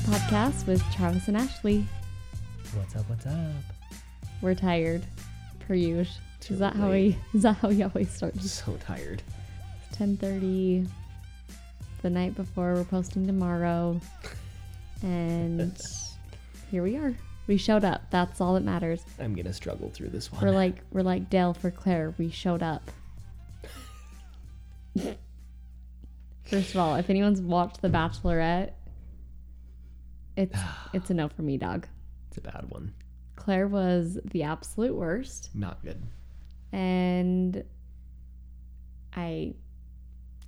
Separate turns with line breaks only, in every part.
podcast with Travis and Ashley.
What's up? What's up?
We're tired, per usual.
Too
Is that how
late.
we? Is that how we always start? It's
So tired.
ten thirty, the night before. We're posting tomorrow, and here we are. We showed up. That's all that matters.
I'm gonna struggle through this one.
We're like we're like Dale for Claire. We showed up. First of all, if anyone's watched The Bachelorette, it's it's a no for me, dog.
it's a bad one.
Claire was the absolute worst,
Not good.
and I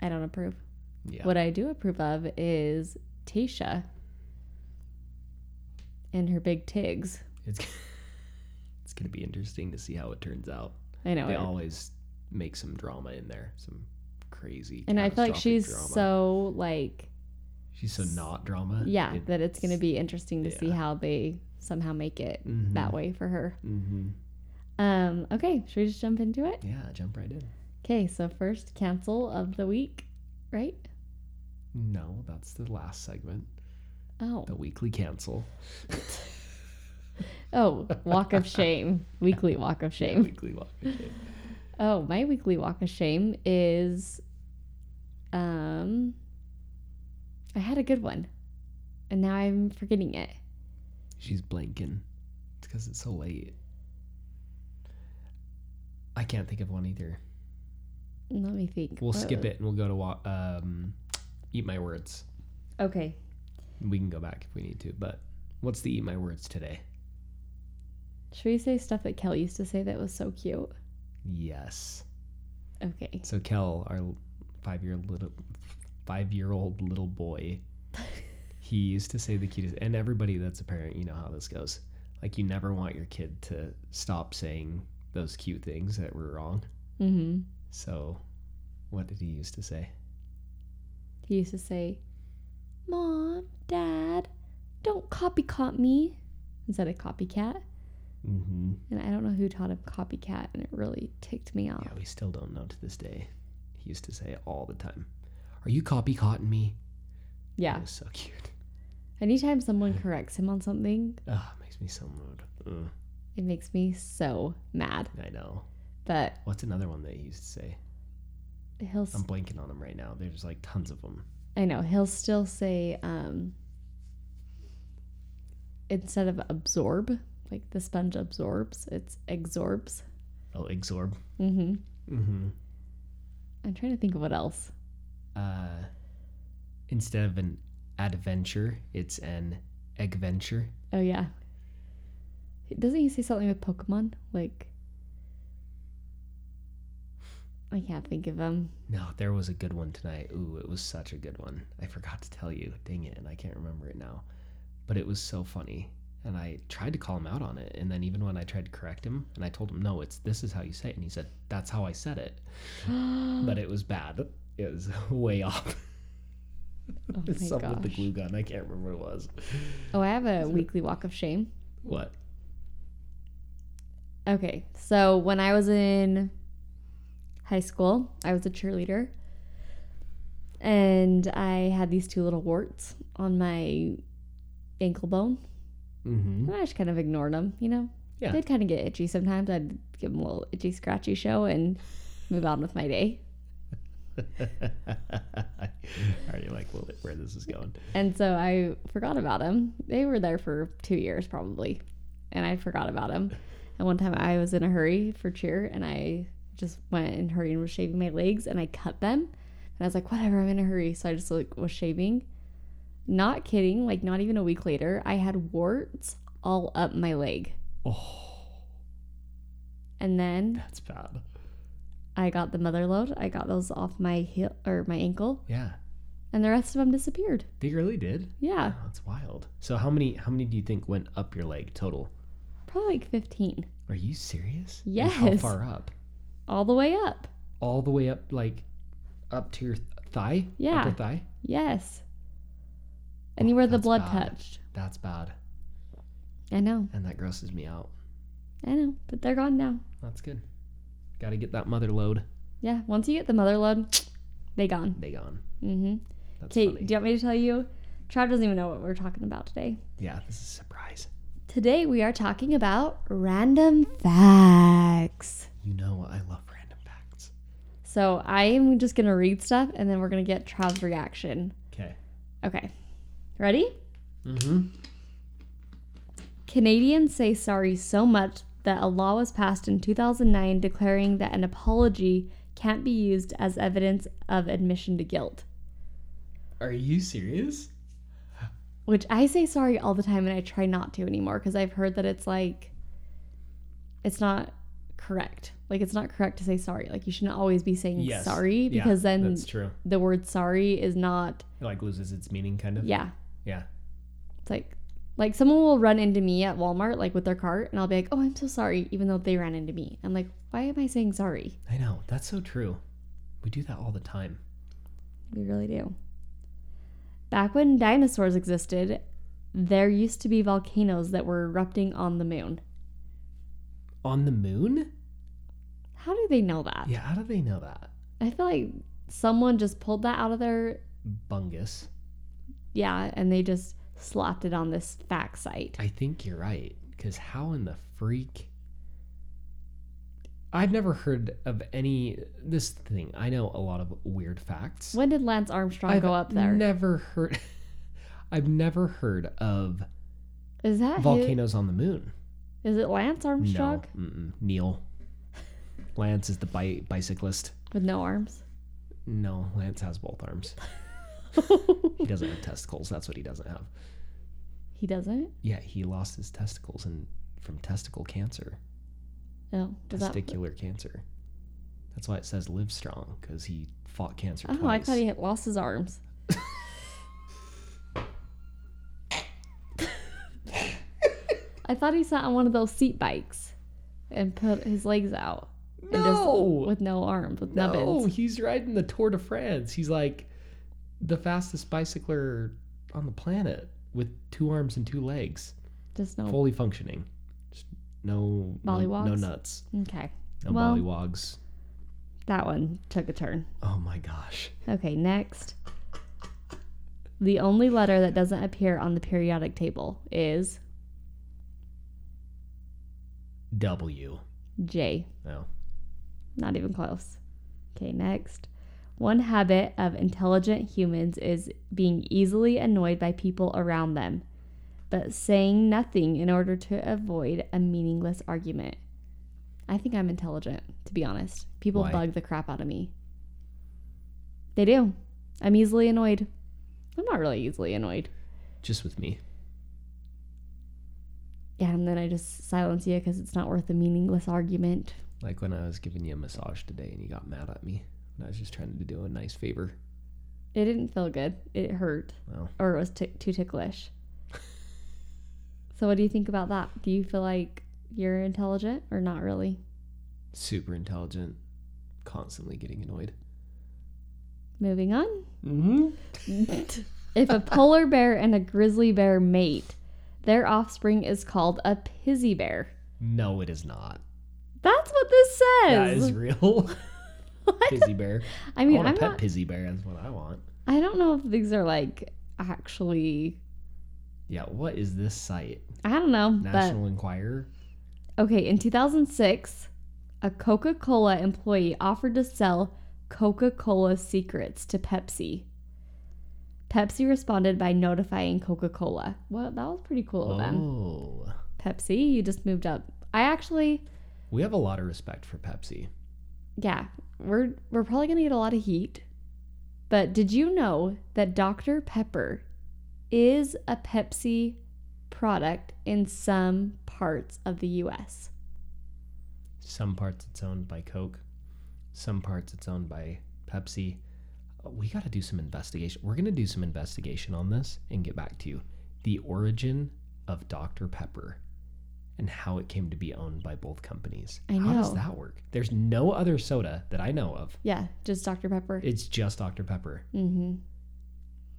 I don't approve.
Yeah.
What I do approve of is Tasha and her big tigs.
It's it's gonna be interesting to see how it turns out.
I know
They
it-
always make some drama in there, some crazy.
and I feel like
catastrophic
she's
drama.
so like
she's so not drama.
yeah that it's going to be interesting to see
yeah.
how they somehow make it that way for her
Mm-hmm.
um okay should we just jump into it
Yeah, jump right in.
okay so first cancel of the week right
No, that's the last segment.
oh
The weekly cancel.
oh walk of shame weekly walk of
Yeah,
shame
weekly walk. of shame.
oh my weekly walk of shame is um i had a good one and now i'm forgetting it
She's blanking. It's because it's so late. I can't think of one either.
let me think
We'll
What
skip
was-
it and we'll go to wa- um, eat my words.
okay
We can go back if we need to. But what's the eat my words today?
should we say stuff that kel used to say that was so cute
Yes.
okay
So Kel, our five year little five year old little boy, he used to say the cutest. And everybody that's a parent, you know how this goes. Like you never want your kid to stop saying those cute things that were wrong.
mm-hmm
So, what did he used to say?
He used to say, Mom, Dad, don't copycat me instead of copycat.
Mm-hmm.
And I don't know who taught him copycat, and it really ticked me off.
Yeah, we still don't know to this day. He used to say it all the time. Are you copycatting me?
Yeah.
It was so cute.
Anytime someone corrects him on something,
Oh, makes me so mood. Ugh,
it makes me so mad.
I know.
But
What's another one that he used to say?
he'll, s-
I'm blanking on them right now. There's like tons of them.
I know, he'll still say, um, instead of absorb, like the sponge absorbs, it's exorbs.
Oh, exorb.
hmm
Mm-hmm.
I'm trying to think of what else.
Uh, instead of an adventure, it's an eggventure.
Oh yeah. Doesn't he say something with Pokemon? Like I can't think of them.
No, there was a good one tonight. Ooh, it was such a good one. I forgot to tell you. Dang it, and I can't remember it now. But it was so funny. And I tried to call him out on it. And then even when I tried to correct him and I told him, No, it's this is how you say it and he said, That's how I said it.
Mm.
But it was bad. It was way off.
oh
It's
my
something with the
gosh.
glue gun. I can't remember what it was.
Oh, I have a weekly walk of shame.
What?
Okay. So when I was in high school, I was a cheerleader. And I had these two little warts on my ankle bone.
Mm-hmm.
And I just kind of ignored them, you know?
Yeah.
They'd kind of get itchy sometimes. I'd give them a little itchy, scratchy show and move on with my day.
I already like well, where this is going.
And so I forgot about them. They were there for two years probably, and I forgot about them. And one time I was in a hurry for cheer, and I just went and hurried and was shaving my legs, and I cut them. And I was like, whatever, I'm in a hurry. So I just like was shaving. Not kidding, like not even a week later, I had warts all up my leg.
Oh,
And then
that's bad.
I got the mother load. I got those off my heel or my ankle,
Yeah.
and the rest of them disappeared.
They really did.
Yeah,
Wow, that's wild. So how many how many do you think went up your leg total?
probably like 15,
Are you serious? And How
Yes.
far up?
all the way up.
All the way up, like up to your th- thigh.
Yeah.
Upper thigh.
Yes. Anywhere the
that's
blood
bad.
touched.
That's bad,
I know.
and that grosses me out.
I know. But they're gone now.
That's good. Got to get that mother load.
Yeah. Once you get the mother load, they gone.
They gone.
Mm-hmm.
That's
Kate,
funny.
do you want me to tell you Trav doesn't even know what we're talking about today.
Yeah, this is a surprise.
Today we are talking about random facts.
You know, I love random facts.
So I am just gonna read stuff and then we're gonna get Trav's reaction.
Okay.
Okay. Ready?
Mm-hmm.
Canadians say sorry so much that a law was passed in 2009 declaring that an apology can't be used as evidence of admission to guilt.
Are you serious?
Which I say sorry all the time and I try not to anymore because I've heard that it's like, it's not correct. Like, it's not correct to say sorry. Like, you shouldn't always be saying
Yes.
sorry
Yeah,
because then
That's true.
the word sorry is not,
It like loses its meaning, kind of.
yeah.
Yeah.
It's like, like someone will run into me at Walmart, like with their cart, and I'll be like, oh, I'm so sorry, even though they ran into me. I'm like, why am I saying sorry?
I know. That's so true. We do that all the time.
We really do. Back when dinosaurs existed, there used to be volcanoes that were erupting on the moon.
On the moon?
How do they know that?
Yeah. How do they know that?
I feel like someone just pulled that out of their
Bungus.
yeah, and they just slapped it on this fact site.
I think you're right. Because how in the freak? I've never heard of any this thing. I know a lot of weird facts.
When did Lance Armstrong
I've
go up there? Is
Never heard. I've never heard of
that volcano?
volcanoes on the moon.
Is it Lance Armstrong
No, mm-mm. Neil. Lance is the bi- bicyclist.
with no arms?
No, Lance has both arms. He doesn't have testicles. That's what he doesn't have.
he doesn't.
Yeah, he lost his testicles and from testicle cancer,
No, Oh, does that?
testicular cancer. That's why it says live strong because he fought cancer
Oh, I
twice.
thought he had lost his arms. I thought he sat on one of those seat bikes and put his legs out and
no,
just with no arms, with
no,
nubbins.
he's riding the Tour de France. He's like the fastest bicycler on the planet with two arms and two legs,
Just no.
fully functioning. Just no,
Oh.
no, no
Bollywogs?
nuts,
Okay,
no
Well-
bollywogs.
that one took a turn.
Oh my gosh.
Okay, next. The only letter that doesn't appear on the periodic table is
W.
J.
No.
Not even close. Okay, next. One habit of intelligent humans is being easily annoyed by people around them, but saying nothing in order to avoid a meaningless argument. I think I'm intelligent, to be honest. People
Why?
bug the crap out of me. They do. I'm easily annoyed. I'm not really easily annoyed.
Just with me.
Yeah, and then I just silence you because it's not worth a meaningless argument.
Like when I was giving you a massage today and you got mad at me. And I was just trying to do a nice favor.
It didn't feel good. It hurt.
Well,
or it was t- too ticklish. so, what do you think about that? Do you feel like you're intelligent or not really?
super intelligent, constantly getting annoyed.
Moving on.
Mm-hmm.
if a polar bear and a grizzly bear mate, their offspring is called a pizzy bear.
No, it is not.
That's what this
That
says.
is real. Pizzy bear.
I
I
mean,
want a
I'm
pet
not.
pizzy bear. That's what I want.
I don't know if these are like actually.
Yeah, what is this site?
I don't know,
National Enquirer?
but okay. In 2006, a Coca-Cola employee offered to sell Coca-Cola secrets to Pepsi. Pepsi responded by notifying Coca Cola. Well, that was pretty cool of them.
Oh.
Pepsi, you just moved up. I actually,
We have a lot of respect for Pepsi.
yeah, we're we're probably gonna get a lot of heat. But did you know that Dr Pepper is a Pepsi product in some parts of the U.S.
Some parts it's owned by Coke, some parts it's owned by Pepsi. Uh, We got to do some investigation. We're going to do some investigation on this and get back to you. The origin of Dr. Pepper and how it came to be owned by both companies.
I
How does
know.
that work? There's no other soda that I know of.
Yeah, just Dr Pepper.
It's just Dr. Pepper.
Mm-hmm.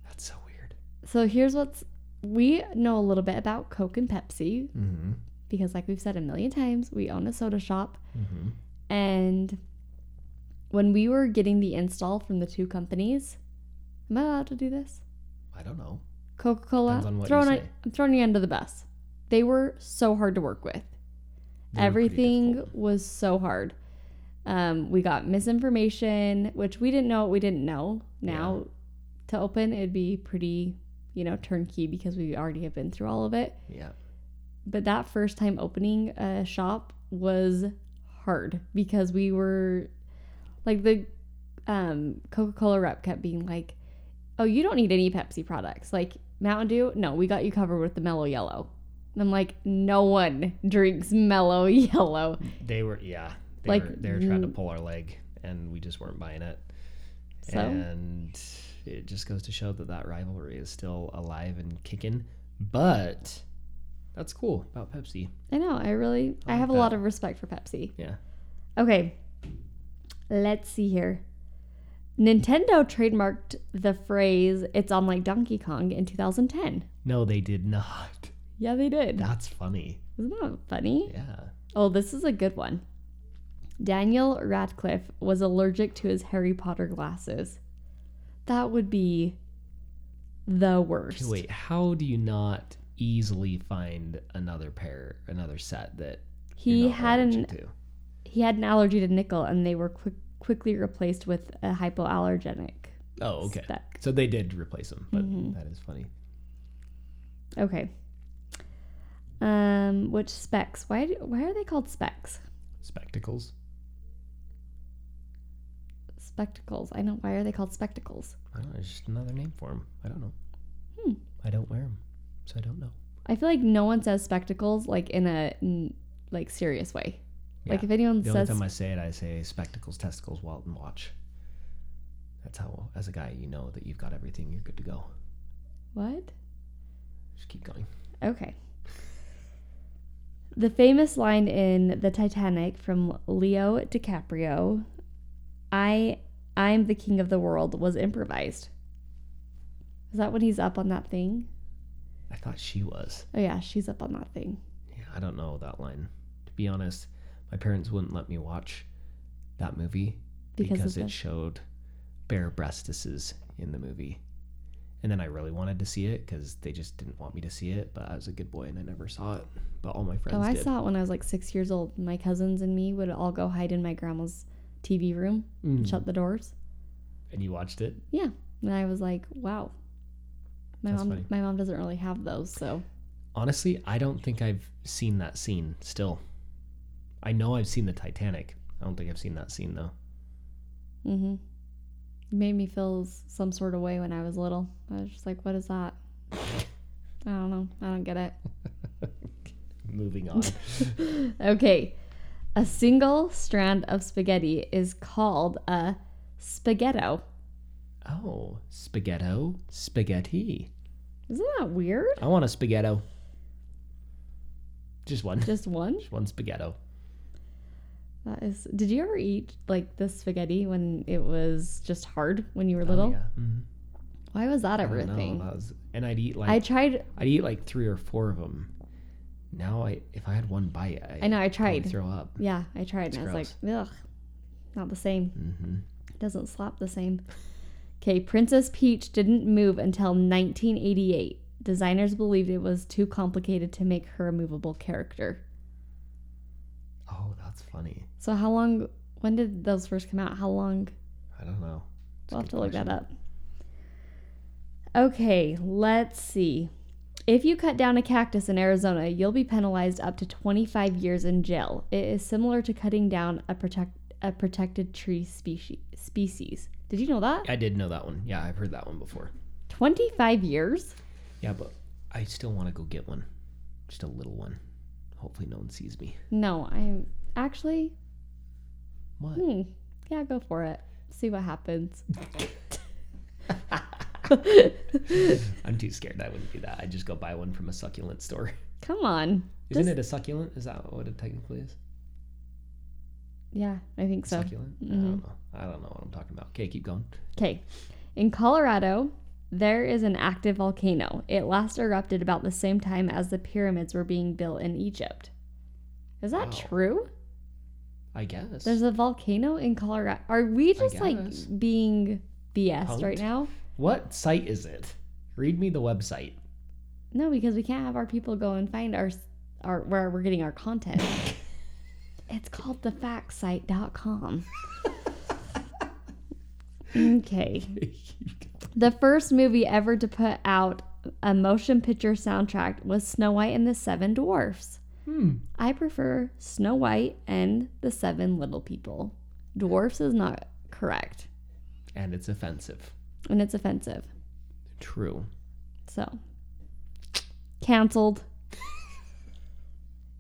That's so weird.
So here's what's we know a little bit about Coke and Pepsi
Mm-hmm.
because, like we've said a million times, we own a soda shop.
Mm-hmm.
And when we were getting the install from the two companies, am I allowed to do this?
I don't know.
Coca Cola.
Depends on what you
Throwing
say.
I'm throwing you under the bus. They were so hard to work with.
They were pretty
Everything
difficult.
was so hard. Um, we got misinformation, which we didn't know what we didn't know. Now, to open, it'd be pretty, you know, turnkey because we already have been through all of it.
Yeah.
But that first time opening a shop was hard because we were like the um, Coca Cola rep kept being like, "Oh, you don't need any Pepsi products. Like Mountain Dew, no, we got you covered with the Mellow Yellow." And I'm like, "No one drinks Mellow Yellow."
They were yeah. They
Like,
were they were trying to
mm.
pull our leg and we just weren't buying it.
So
And it just goes to show that that rivalry is still alive and kicking. But that's cool about Pepsi.
I know I really
I
I, have
like
a lot
that.
of respect for Pepsi.
Yeah.
Okay, let's see here. Nintendo trademarked the phrase "It's on like Donkey Kong" in 2010.
No, they did not.
Yeah, they did.
That's funny.
Isn't that funny?
Yeah.
Oh, this is a good one. Daniel Radcliffe was allergic to his Harry Potter glasses. That would be the worst.
Okay, Wait, how do you not easily find another pair, another set that you're
he
not
had an
allergic to?
he had an allergy to nickel, and they were quick, quickly replaced with a hypoallergenic.
Oh, okay.
spec.
So they did replace them, but
Mhm.
that is funny.
Okay. Um, which specs? Why do, why are they called specs?
Spectacles.
Spectacles. I know. Why are they called spectacles?
I don't know. It's just another name for them. I don't know.
Hmm.
I don't wear them, so I don't know.
I feel like no one says spectacles like in a n- like serious way. Like
Yeah.
if anyone
The
says
only time I say it, I say spectacles, testicles, Walton watch. That's how, as a guy, you know that you've got everything. You're good to go.
what,
Just keep going.
okay. The famous line in The Titanic from Leo DiCaprio, "I I'm the king of the world" was improvised. Is that when he's up on that thing?
I thought she was.
Oh yeah, she's up on that thing.
Yeah, I don't know that line. To be honest, my parents wouldn't let me watch that movie
Because
because,
of
it
the-
showed bare breastises in the movie. And then I really wanted to see it because they just didn't want me to see it. But I was a good boy and I never saw it. But all my friends
oh, I
did.
saw it when I was like six years old. My cousins and me would all go hide in my grandma's TV room and
Mm.
shut the doors.
And you watched it?
And I was like, wow. My
That's
mom
funny.
my mom doesn't really have those, so
Honestly, I don't think I've seen that scene still. I know I've seen the Titanic. I don't think I've seen that scene though.
mm-hmm. It made me feel s- some sort of way when I was little. I was just like, what is that? I don't know. I don't get
Moving on.
it. okay. A single strand of spaghetti is called a spaghetto.
oh, spaghetto, spaghetti.
Isn't that weird?
I want a spaghetto. Just one.
Just one?
Just one spaghetto.
That is Did you ever eat like this spaghetti when it was just hard when you were little?
Oh, yeah. Mhm.
Why was that
I
ever a
don't know,
thing?
that was- and I'd eat like
I tried
I'd eat like three or four of them. Now I, if I had one bite, I,
I know I
probably
tried.
throw up.
Yeah, I tried
It's
and I was like, ugh, not the same.
hmm
It doesn't slap the same. Okay, Princess Peach didn't move until 1988. Designers believed it was too complicated to make her a movable character.
Oh, that's funny.
So how long? When did those first come out? How long?
I don't know. It's a
We'll have
good
to look that
question.
up. Okay, let's see. If you cut down a cactus in Arizona, you'll be penalized up to 25 years in jail. It is similar to cutting down a protect a protected tree species. Species. Did you know that?
I did know that one. Yeah, I've heard that one before.
25 years?
Yeah, but I still want to go get one. Just a little one. Hopefully no one sees me.
No, I'm actually.
What?
Hmm. Yeah, go for it. See what happens.
I'm too scared I wouldn't do that. I'd just go buy one from a succulent store.
Come on.
Isn't
Does-
it a succulent? Is that what it technically is?
Yeah, I think so.
Succulent? I
mhm.
don't know. I don't know what I'm talking about. Okay, keep going.
Okay. In Colorado, there is an active volcano. It last erupted about the same time as the pyramids were being built in Egypt. Is that
Wow.
true?
I guess.
There's a volcano in Colorado. Are we just like
guess.
being BS right
Punked.
now?
What site is it? Read me the website.
No, because we can't have our people go and find our our where we're getting our content. it's called thefactsite.com. okay. The first movie ever to put out a motion picture soundtrack was Snow White and the Seven Dwarfs.
hmm.
I prefer Snow White and the Seven Little People. Dwarfs is not correct,
And it's offensive.
and it's offensive.
True.
So, canceled.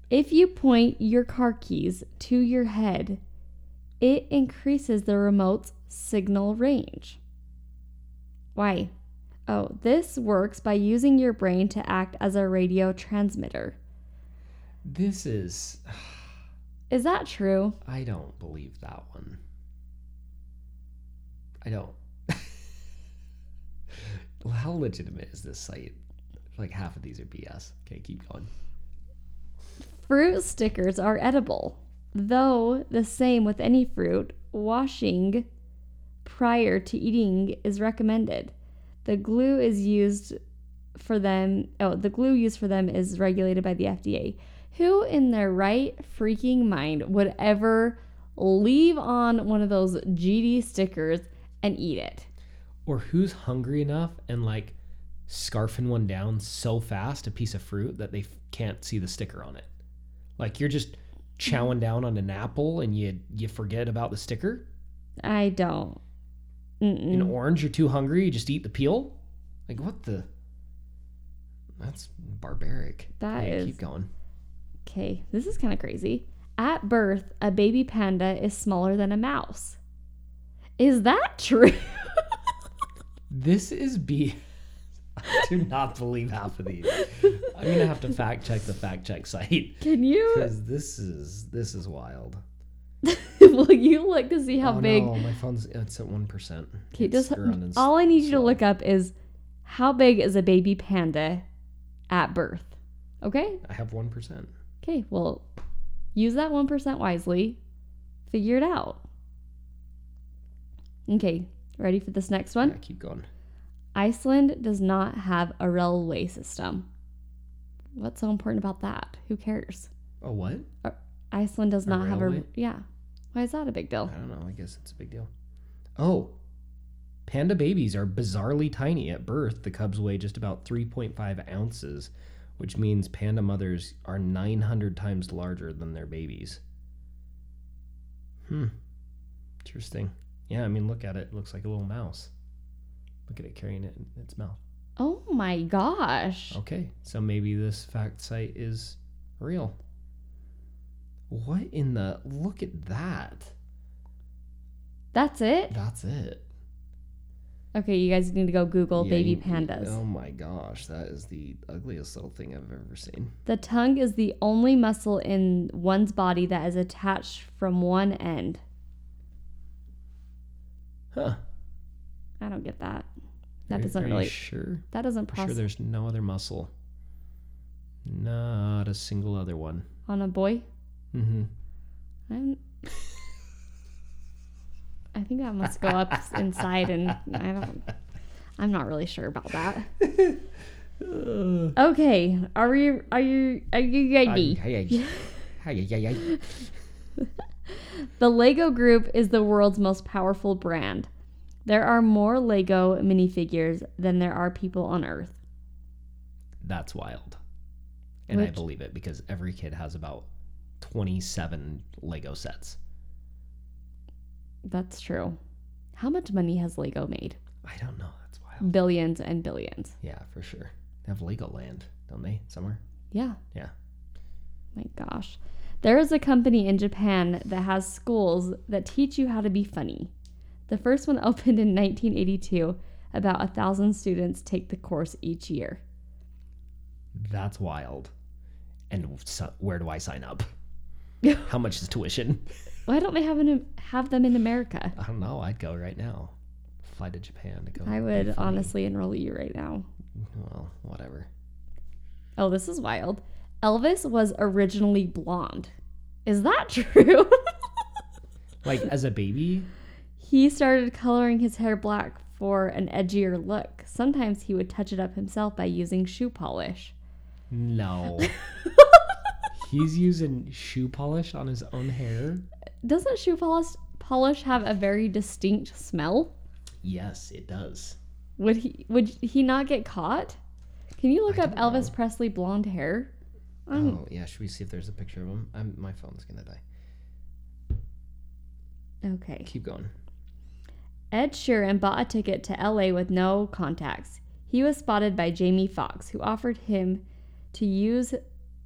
if you point your car keys to your head, it increases the remote's signal range. Why? Oh, this works by using your brain to act as a radio transmitter.
This is.
Is that true?
I don't believe that one. I don't. Well, How legitimate is this site? Like half of these are BS. Okay, keep going.
Fruit stickers are edible, though the same with any fruit, washing prior to eating is recommended. The glue is used for them. Oh, the glue used for them is regulated by the FDA. Who in their right freaking mind would ever leave on one of those GD stickers and eat it?
Or who's hungry enough and like scarfing one down so fast a piece of fruit that they f- can't see the sticker on it? Like you're just chowing down on an apple and you you forget about the sticker.
I don't. Mm-mm.
An orange, you're too hungry, you just eat the peel. Like what the? That's barbaric.
That
Okay,
is-
Keep going.
Okay, this is kind of crazy. At birth, a baby panda is smaller than a mouse. Is that true?
This is B. I do not believe half of these. I'm gonna have to fact check the fact check site
Can you?
because this is this is wild.
will you look to see how
oh,
big?
No, my phone's it's at one percent.
Okay, just all I need you to look up is how big is a baby panda at birth? Okay.
I have one percent.
Okay. Well, use that one percent wisely. Figure it out. Okay. Ready for this next
Yeah,
one?
keep going.
Iceland does not have a railway system. What's so important about that? Who cares?
Oh what?
Iceland does
A
not have a
railway?
yeah. Why is that a big
I
deal?
don't know. I guess it's a big deal. Oh, panda babies are bizarrely tiny at birth. The cubs weigh just about 3.5 ounces, which means panda mothers are 900 times larger than their babies. Hmm. Interesting. Yeah, I mean, look at it. It looks like a little mouse. Look at it carrying it in its mouth.
Oh my gosh.
Okay, so maybe this fact site is real. What in the? Look at that.
That's it?
That's it.
Okay, you guys need to go Google
Yeah,
baby
you-
pandas.
Oh my gosh, that is the ugliest little thing I've ever seen.
The tongue is the only muscle in one's body that is attached from one end.
Huh?
I don't get that. That
Are-
doesn't
are you
really
sure.
that doesn't
I'm sure
process
there's no other muscle. Not a single other one.
on a boy.
Mm-hmm.
I'm, I think that must go up inside, and I don't. I'm not really sure about that. Okay, are you are you are you ready? The Lego Group is the world's most powerful brand. There are more Lego minifigures than there are people on Earth.
That's wild, and I
Which-
believe it because every kid has about twenty-seven Lego sets.
That's true. How much money has Lego made?
I don't know. That's
Mm.
wild.
Billions and billions.
Yeah, for sure. They have Lego Land, don't they? Somewhere.
Yeah.
Yeah.
My gosh. There is a company in Japan that has schools that teach you how to be funny. The first one opened in 1982. About a thousand students take the course each year.
That's wild. And so, where do I sign up? How much is tuition?
Why don't they have, an, have them in America?
I don't know. I'd go right now. Fly to Japan to go.
I
be
would
Oh,
uh,
funny.
honestly enroll you right now.
Well, whatever.
Oh, this is wild. Elvis was originally blonde. Is that true?
Like as a baby,
he started coloring his hair black for an edgier look. Sometimes he would touch it up himself by using shoe polish.
No. He's using shoe polish on his own hair?
Doesn't shoe polish polish have a very distinct smell?
Yes, it does.
Would he would he not get caught? Can you look
I
up
don't
Elvis Presley blonde hair? Um,
Oh, yeah. Should we see if there's a picture of him? I'm, my phone's going to die.
Oh, Okay.
Keep going.
Ed Sheeran bought a ticket to LA with no contacts. He was spotted by Jamie Foxx, who offered him to use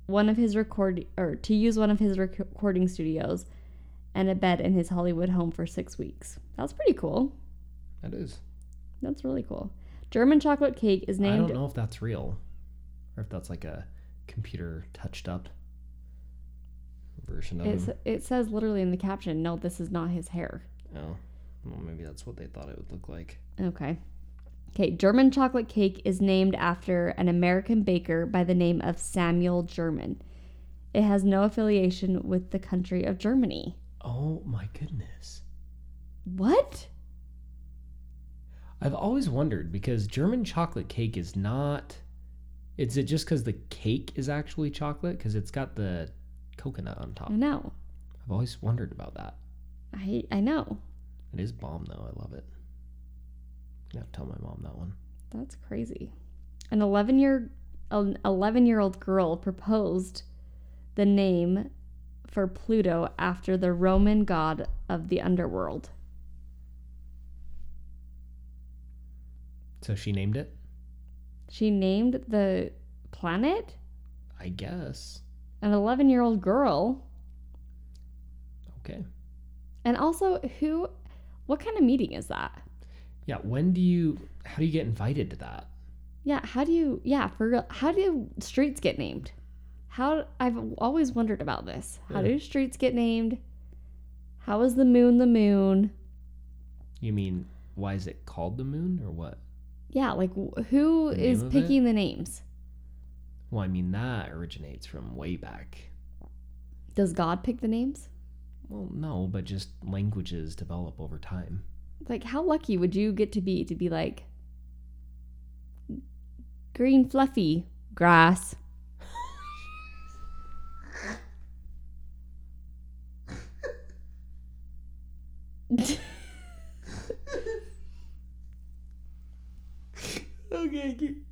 one of his record or to use one of his rec- recording studios and a bed in his Hollywood home for 6 weeks. That's pretty cool.
That is.
That's really cool. German chocolate cake is
I
named
don't know if that's real or if that's like a computer touched up version of
it's,
him.
it says literally in the caption, no, this is not his hair.
Oh. Well, maybe that's what they thought it would look like.
Okay. Okay, German chocolate cake is named after an American baker by the name of Samuel German. It has no affiliation with the country of Germany.
Oh my goodness.
What?
I've always wondered because German chocolate cake is not. Is it just because the cake is actually chocolate? Because it's got the coconut on top.
I know.
I've always wondered about that.
I I know.
It is bomb though. I love it. I have to tell my mom that one.
That's crazy. An 11 year an 11 year old girl proposed the name for Pluto after the Roman god of the underworld.
So she named it.
She named the planet
I guess.
an 11 year old girl.
Okay.
And also, who, what kind of meeting is that?
Yeah. When do you? How do you get invited to that?
Yeah, how do you, yeah, for real, how do streets get named? How, I've always wondered about this. How
Yeah.
do streets get named? How is the moon the moon?
You mean why is it called the moon or what?
Yeah, like wh- who
The
is
name of it?
picking the names?
Well, I mean that originates from way back.
Does God pick the names?
Well, no, but just languages develop over time.
Like, how lucky would you get to be to be like, green fluffy grass?
Okay, keep,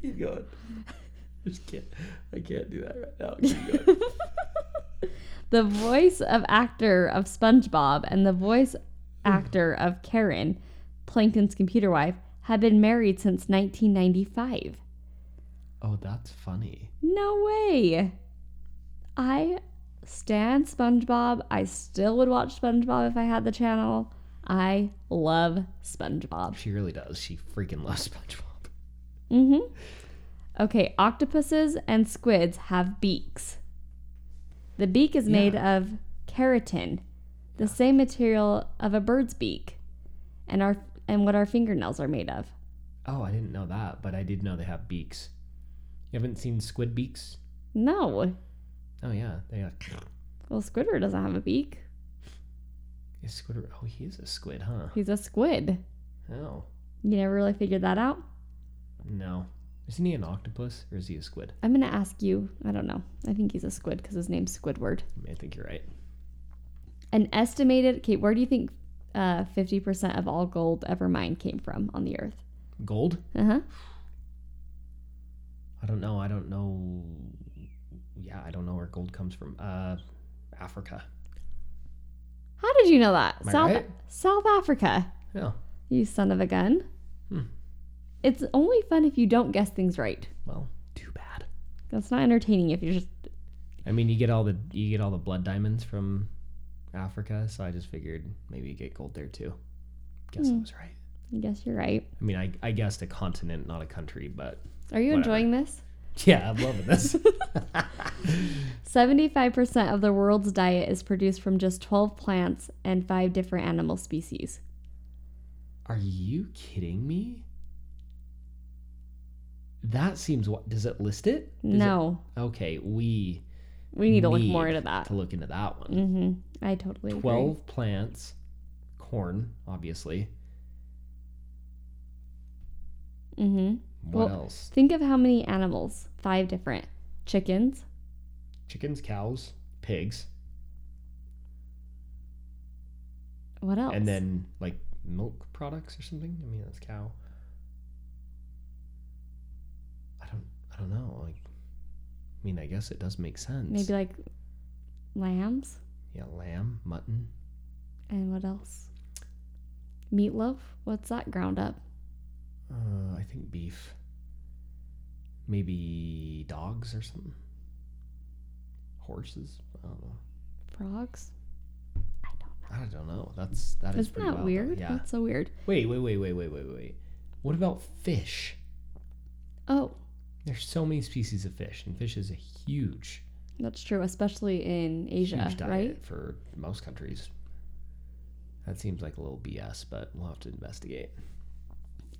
keep going. I just can't. I can't do that right now.
the voice of actor of SpongeBob and the voice actor of Karen, Plankton's computer wife, have been married since 1995.
oh, that's funny.
No way. I stand SpongeBob. I still would watch SpongeBob if I had the channel. I love SpongeBob.
She really does. She freaking loves SpongeBob.
Mhm. Okay, octopuses and squids have beaks. The beak is made of keratin, the same material of a bird's beak, and our and what our fingernails are made of.
Oh, I didn't know that, but I did know they have beaks. You haven't seen squid beaks?
No,
Oh yeah, they like.
well, Squidward doesn't have a beak.
Is squid? Oh, he is a squid, huh?
He's a squid.
Oh
You never really figured that out.
no, isn't he an octopus or is he a squid?
I'm gonna ask you. I don't know. I think he's a squid because his name's Squidward.
I, mean, I think you're right.
An estimated. Okay, where do you think uh, 50% of all gold ever mined came from on the Earth?
Gold?
Uh huh.
I don't know. I don't know. Yeah, I don't know where gold comes from. Uh, Africa.
How did you know that?
Am I
South
right?
South Africa.
Yeah.
You son of a gun.
Hmm.
It's only fun if you don't guess things right.
Well, too bad.
That's not entertaining if you're just
I mean, you get all the you get all the blood diamonds from Africa, so I just figured maybe you get gold there too. Guess
Hmm.
I was right.
I guess you're right.
I mean, I, I guessed a continent, not a country, but
Are you
Whatever.
enjoying this?
yeah, I'm loving this.
75% of the world's diet is produced from just 12 plants and 5 different animal species.
Are you kidding me? That seems what does it list it? Does it-
no.
okay, we
we need to look more
need
into that.
to look into that one.
hmm I totally agree.
Twelve plants, corn, obviously.
Mm-hmm.
What
Well-
else?
Think of how many animals. Five different chickens.
Chickens, cows, pigs,
What else?
and then like milk products or something. I mean, that's cow. I don't. I don't know. Like, I mean, I guess it does make sense.
maybe like lambs
yeah, lamb, mutton.
and what else? Meatloaf. What's that ground up?
Uh, I think beef. Maybe dogs or something. Horses. I don't know.
Frogs. I don't know.
I don't know. That's that is
Isn't
pretty
that
wild, though.
weird?
Yeah.
That's so weird.
Wait, wait, wait, wait, wait, wait, wait. What about fish?
Oh,
There's so many species of fish, and fish is a huge,
that's true, especially in Asia,
huge diet
right?
for most countries. That seems like a little BS, but we'll have to investigate.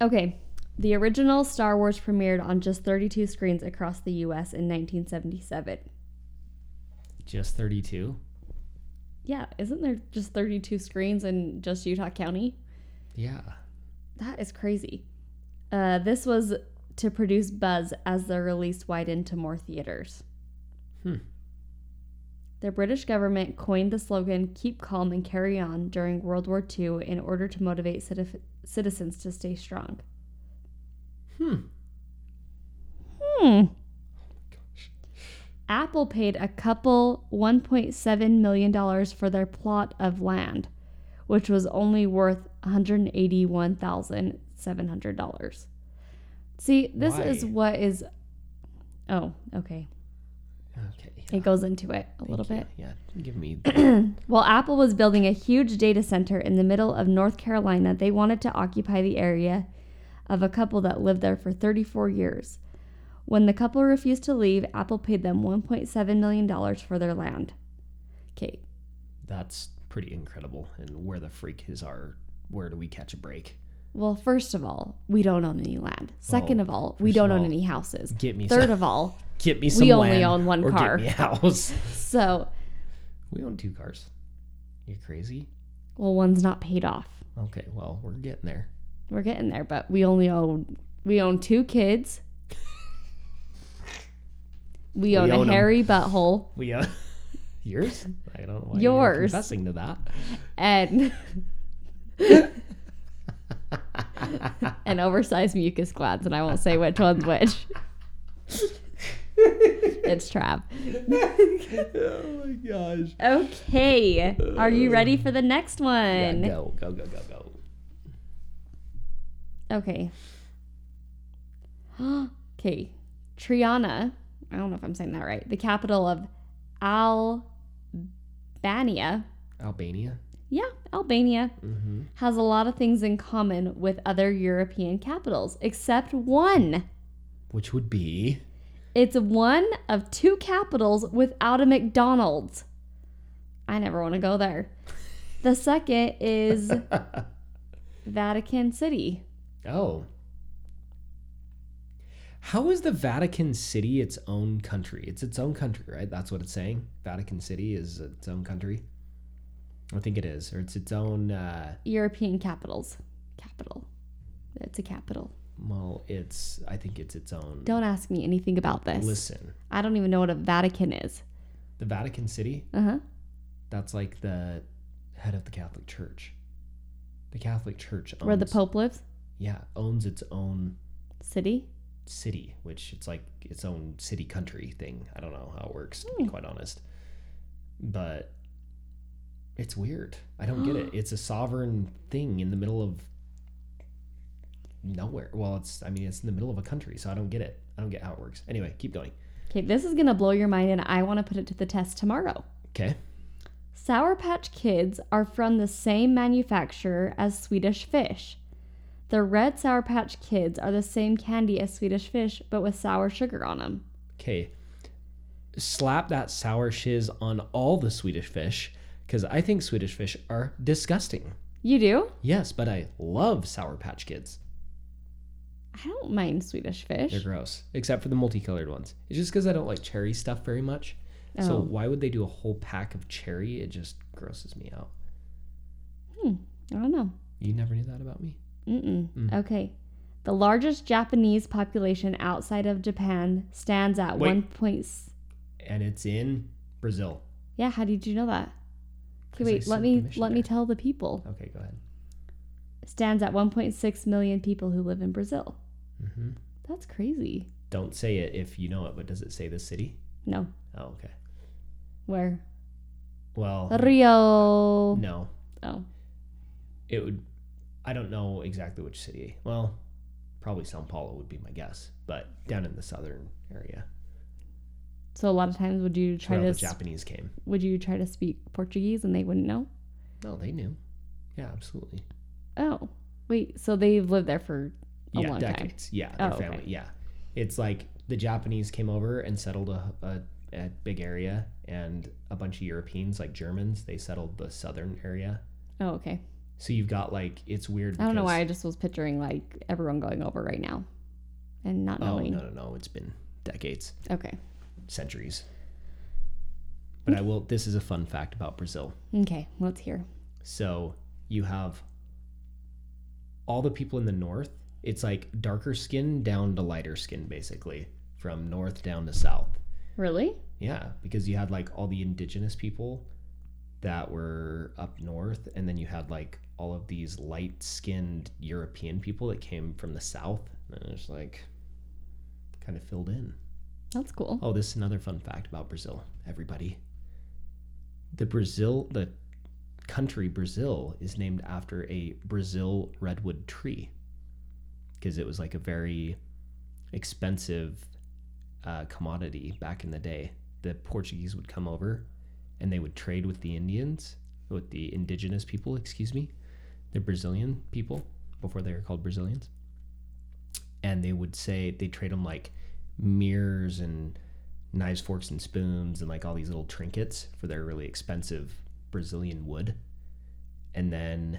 Okay. The original Star Wars premiered on just 32 screens across the US in 1977.
Just 32?
Yeah, isn't there just 32 screens in just Utah County?
Yeah.
That is crazy. Uh, this was to produce buzz as the release widened to more theaters.
Hmm.
The British government coined the slogan "Keep calm and carry on" during World War II in order to motivate citif- citizens to stay strong.
Hmm.
Hmm.
Gosh.
Apple paid a couple $1.7 million for their plot of land, which was only worth $181,700. See, this is
Why?
what is. Oh, okay.
Okay.
It goes into it a little bit.
Yeah. Give me.
While Apple was building a huge data center in the middle of North Carolina, they wanted to occupy the area of a couple that lived there for 34 years. When the couple refused to leave, Apple paid them $1.7 million for their land. Okay,
That's pretty incredible. And where the freak is our. Where do we catch a break?
well, first of all, we don't own any land. Second
Oh,
of all, we
first of
don't own
all,
any houses.
Get me
Third
some.
of all,
Get me some
we only
land
own one
or
car.
Get me a house.
so,
We own two cars. You're crazy.
well, one's not paid off.
Okay, well, we're getting there.
We're getting there, but we only own we own two kids. We own a
own 'em.
hairy butthole
We uh, yours? I don't know why you're
Yours.
confessing to that.
and and oversized mucus glands, and I won't say which one's which. it's trap.
oh my gosh.
Okay, are you ready for the next
Yeah,
one?
go, go, go, go, go.
Okay. okay. Triana, I don't know if I'm saying that right, the capital of Albania.
Albania.
Yeah, Albania
Mm-hmm.
has a lot of things in common with other European capitals, except one.
Which would be
It's one of two capitals without a McDonald's. I never want to go there. The second is Vatican City.
oh. How is the Vatican City its own country? It's its own country, right? That's what it's saying. Vatican City is its own country. I think it is, or it's its own. Uh,
European capitals. Capital. It's a capital.
well, it's. I think it's its own.
Don't ask me anything about this.
listen.
I don't even know what a Vatican is.
The Vatican City.
Uh huh.
That's like the head of the Catholic Church. The Catholic Church owns,
Where the Pope lives?
yeah, owns its own
City?
city, which it's like its own city country thing. I don't know how it works, to
Hmm.
be quite honest. But it's weird. I don't get it. It's a sovereign thing in the middle of nowhere. Well, it's I mean, it's in the middle of a country, so I don't get it. I don't get how it works. Anyway, keep going.
Okay, this is going to blow your mind, and I want to put it to the test tomorrow.
Okay.
Sour Patch Kids are from the same manufacturer as Swedish Fish. The red Sour Patch Kids are the same candy as Swedish Fish, but with sour sugar on them.
Okay. Slap that sour shiz on all the Swedish fish because I think Swedish fish are disgusting.
You do?
Yes, but I love Sour Patch Kids.
I don't mind Swedish
They're
Fish.
gross, except for the multicolored ones. It's just because I don't like cherry stuff very much. So
Oh.
why would they do a whole pack of cherry? It just grosses me out.
I don't know.
You never knew that about me?
Mm-mm.
Mm.
Okay. The largest Japanese population outside of Japan stands at
Wait.
one point. s-
and it's in Brazil.
Yeah, how did you know that?
'Cause I
Okay, wait,
sent
let
the
me
mission
let me
there.
tell the people.
Okay, go ahead.
Stands at 1.6 million people who live in Brazil.
hmm
That's crazy.
Don't say it if you know it, but does it say the city?
No,
Oh, okay.
where
Well,
Rio?
Oh, no,
Oh,
it would. I don't know exactly which city. Well, probably Sao Paulo would be my guess, but down in the southern area,
so a lot of times would you
it's
try
where all
to
the
s-
Japanese came.
would you try to speak Portuguese and they wouldn't know?
No, Oh, they knew. Yeah, absolutely.
Oh, wait, so they've lived there for A
yeah,
long time.
decades. Yeah, their
Oh, okay.
family. Yeah, it's like the Japanese came over and settled a, a, a big area, and a bunch of Europeans, like Germans, they settled the southern area.
oh okay.
So you've got like it's weird.
I don't know
because-
why I just was picturing like everyone going over right now and not
Oh
knowing.
no no no! It's been decades,
Okay.
centuries. But I will. This is a fun fact about Brazil.
Okay, let's hear.
So you have all the people in the north. It's like darker skin down to lighter skin, basically, from north down to south.
Really?
Yeah, because you had like all the indigenous people that were up north, and then you had like all of these light skinned European people that came from the south. And it's like kind of filled in.
That's cool.
Oh, this is another fun fact about Brazil, everybody. The Brazil, the country Brazil, is named after a Brazil redwood tree because it was like a very expensive uh, commodity back in the day. The Portuguese would come over and they would trade with the Indians, with the indigenous people, excuse me, the Brazilian people before they were called Brazilians. And they would say they trade them like mirrors and knives, forks, and spoons, and like all these little trinkets for their really expensive Brazilian wood. And then,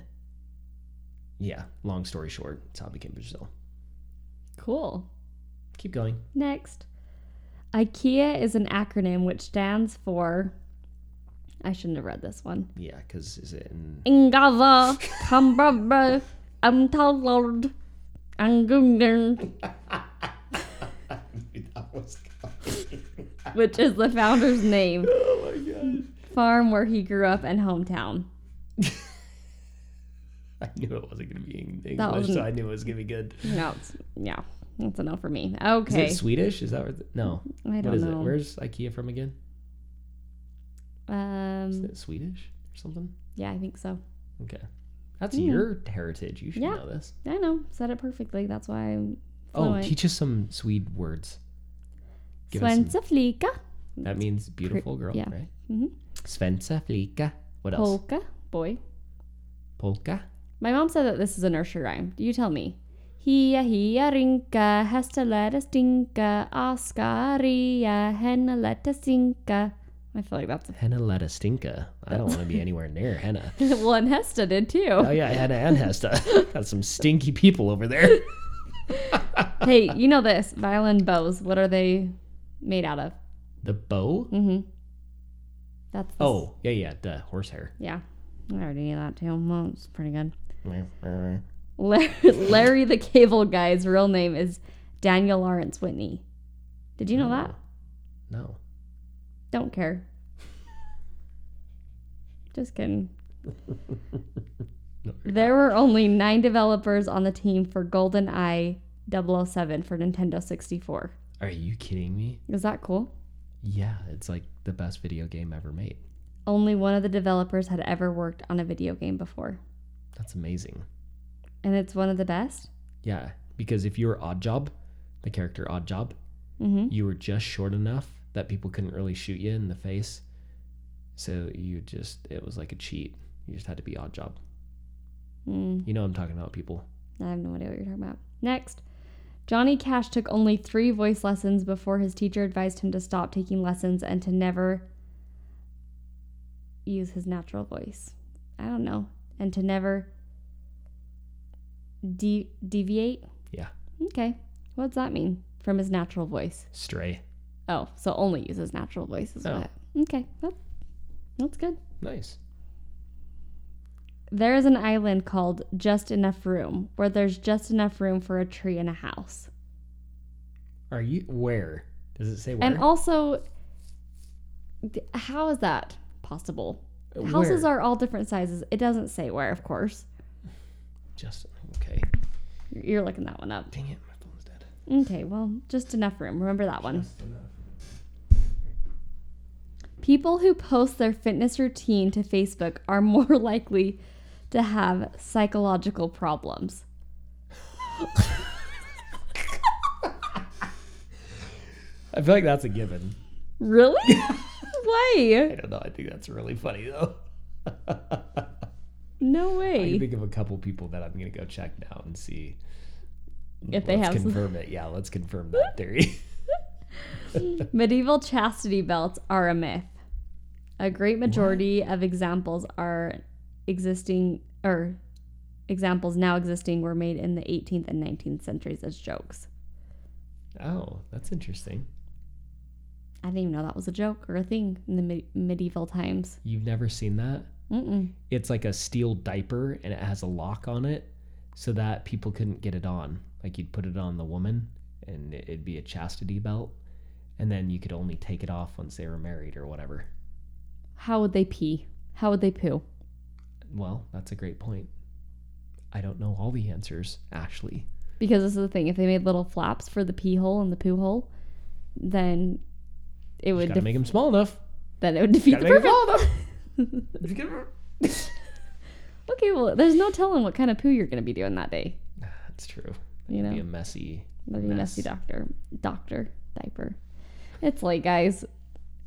yeah, long story short, it's how it became Brazil.
Cool.
Keep going.
Next. IKEA is an acronym which stands for I shouldn't have read this one.
Yeah, because is it in.
Ingava Kambaba Amtalord Angungun,
that was
which is the founder's name,
oh my gosh.
farm where he grew up and hometown.
I knew it wasn't going to be in
That
English, so
wasn't-
I knew it was going to be good.
No, it's, yeah, that's enough for me.
Is
Okay.
it Swedish? Is that where. The, no.
I
What
don't
is it?
know.
Where's IKEA from again? Is
Um,
it Swedish or something?
yeah, I think so.
Okay. That's
Yeah.
your heritage. You should
Yeah.
know this.
I know, said it perfectly. That's why I'm
Oh,
fluent.
teach us some Swede words. Give us some-
Svenska flicka,
that means beautiful girl,
yeah.
right?
Mhm.
Svenska flicka. What else?
polka, boy.
Polka.
My mom said that this is a nursery rhyme. You tell me. Hia hia rinka, hesta letta stinka, askaria, henna letta sinka. I feel like that's
Henna letta stinka. I don't want to be anywhere near henna.
well, and Hesta did too.
Oh yeah, henna and Hesta. Got some stinky people over there.
hey, you know this violin bows. What are they made out of?
The bow.
Mm-hmm. That's the s-
Oh yeah, yeah. The horsehair.
yeah. I already knew that too. Well, it's pretty good.
hair.
Larry, Larry the Cable Guy's real name is Daniel Lawrence Whitney. Did
Oh.
you know that?
No.
Don't care. Just kidding.
No.
There were only nine developers on the team for GoldenEye 007 for Nintendo 64.
Are you kidding me?
Is that cool?
Yeah, it's like the best video game ever made.
Only one of the developers had ever worked on a video game before.
That's amazing.
And it's one of the best?
Yeah, because if you were Oddjob, the character Oddjob,
Mm-hmm.
you were just short enough that people couldn't really shoot you in the face. So you just, it was like a cheat. You just had to be odd job.
Mm,
You know what I'm talking about, people.
I have no idea what you're talking about. Next. Johnny Cash took only three voice lessons before his teacher advised him to stop taking lessons and to never use his natural voice. I don't know. And to never de- deviate?
Yeah.
Okay. What does that mean? From his natural voice.
Stray.
Oh, so only use his natural voice is
Oh.
what. Okay. Well, that's good.
Nice.
There is an island called Just Enough Room where there's just enough room for a tree and a house.
Are you where? Does it say where?
And also, d- how is that possible?
Uh,
Houses
where?
are all different sizes. It doesn't say where, of course.
just okay.
You're- You're looking that one up.
Dang it, my phone's dead.
Okay, well, just enough room. Remember that one.
Just enough.
People who post their fitness routine to Facebook are more likely to have psychological problems.
I feel like that's a given.
Really?
I
Why?
don't know. I think that's really funny though.
No
I can
way.
think of a couple people that I'm gonna go check now and see
If they
let's
have some-
confirm it. Yeah, let's confirm that theory.
Medieval chastity belts are a myth. A great majority of examples are existing or examples now existing were made in the 18th and 19th centuries as jokes.
oh, that's interesting.
I didn't even know that was a joke or a thing in the me- medieval times.
You've never seen that?
Mm-mm.
It's like a steel diaper and it has a lock on it so that people couldn't get it on. Like you'd put it on the woman and it'd be a chastity belt and then you could only take it off once they were married or whatever.
How would they pee? How would they poo?
Well, that's a great point. I don't know all the answers, Ashley.
Because this is the thing: if they made little flaps for the pee hole and the poo hole, then it
You
would
gotta
def-
make them small enough.
then it would defeat
gotta
the
make 'em
purpose.
that's
okay, well, there's no telling what kind of poo you're gonna be doing that day.
true.
You
Be
know,
a messy.
That'd be a messy
mess.
doctor, doctor diaper. It's late, guys.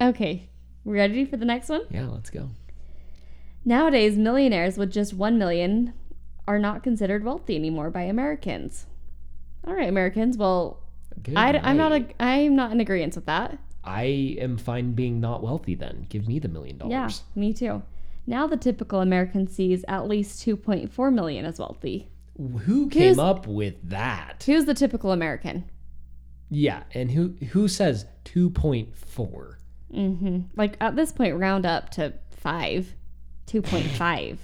Okay, ready for the next one?
Yeah, let's go.
Nowadays, millionaires with just one million are not considered wealthy anymore by Americans. All right, Americans. Well,
Good
I, am not
night.
a, I'm not in agreement with that.
I am fine being not wealthy then. Give me the million dollars.
Yeah, me too. Now the typical American sees at least 2.4 million as wealthy.
Who came
Here's-
up with that?
Who's the typical American?
Yeah, and who who says 2.4?
hmm Like at this point, round up to five, 2.5.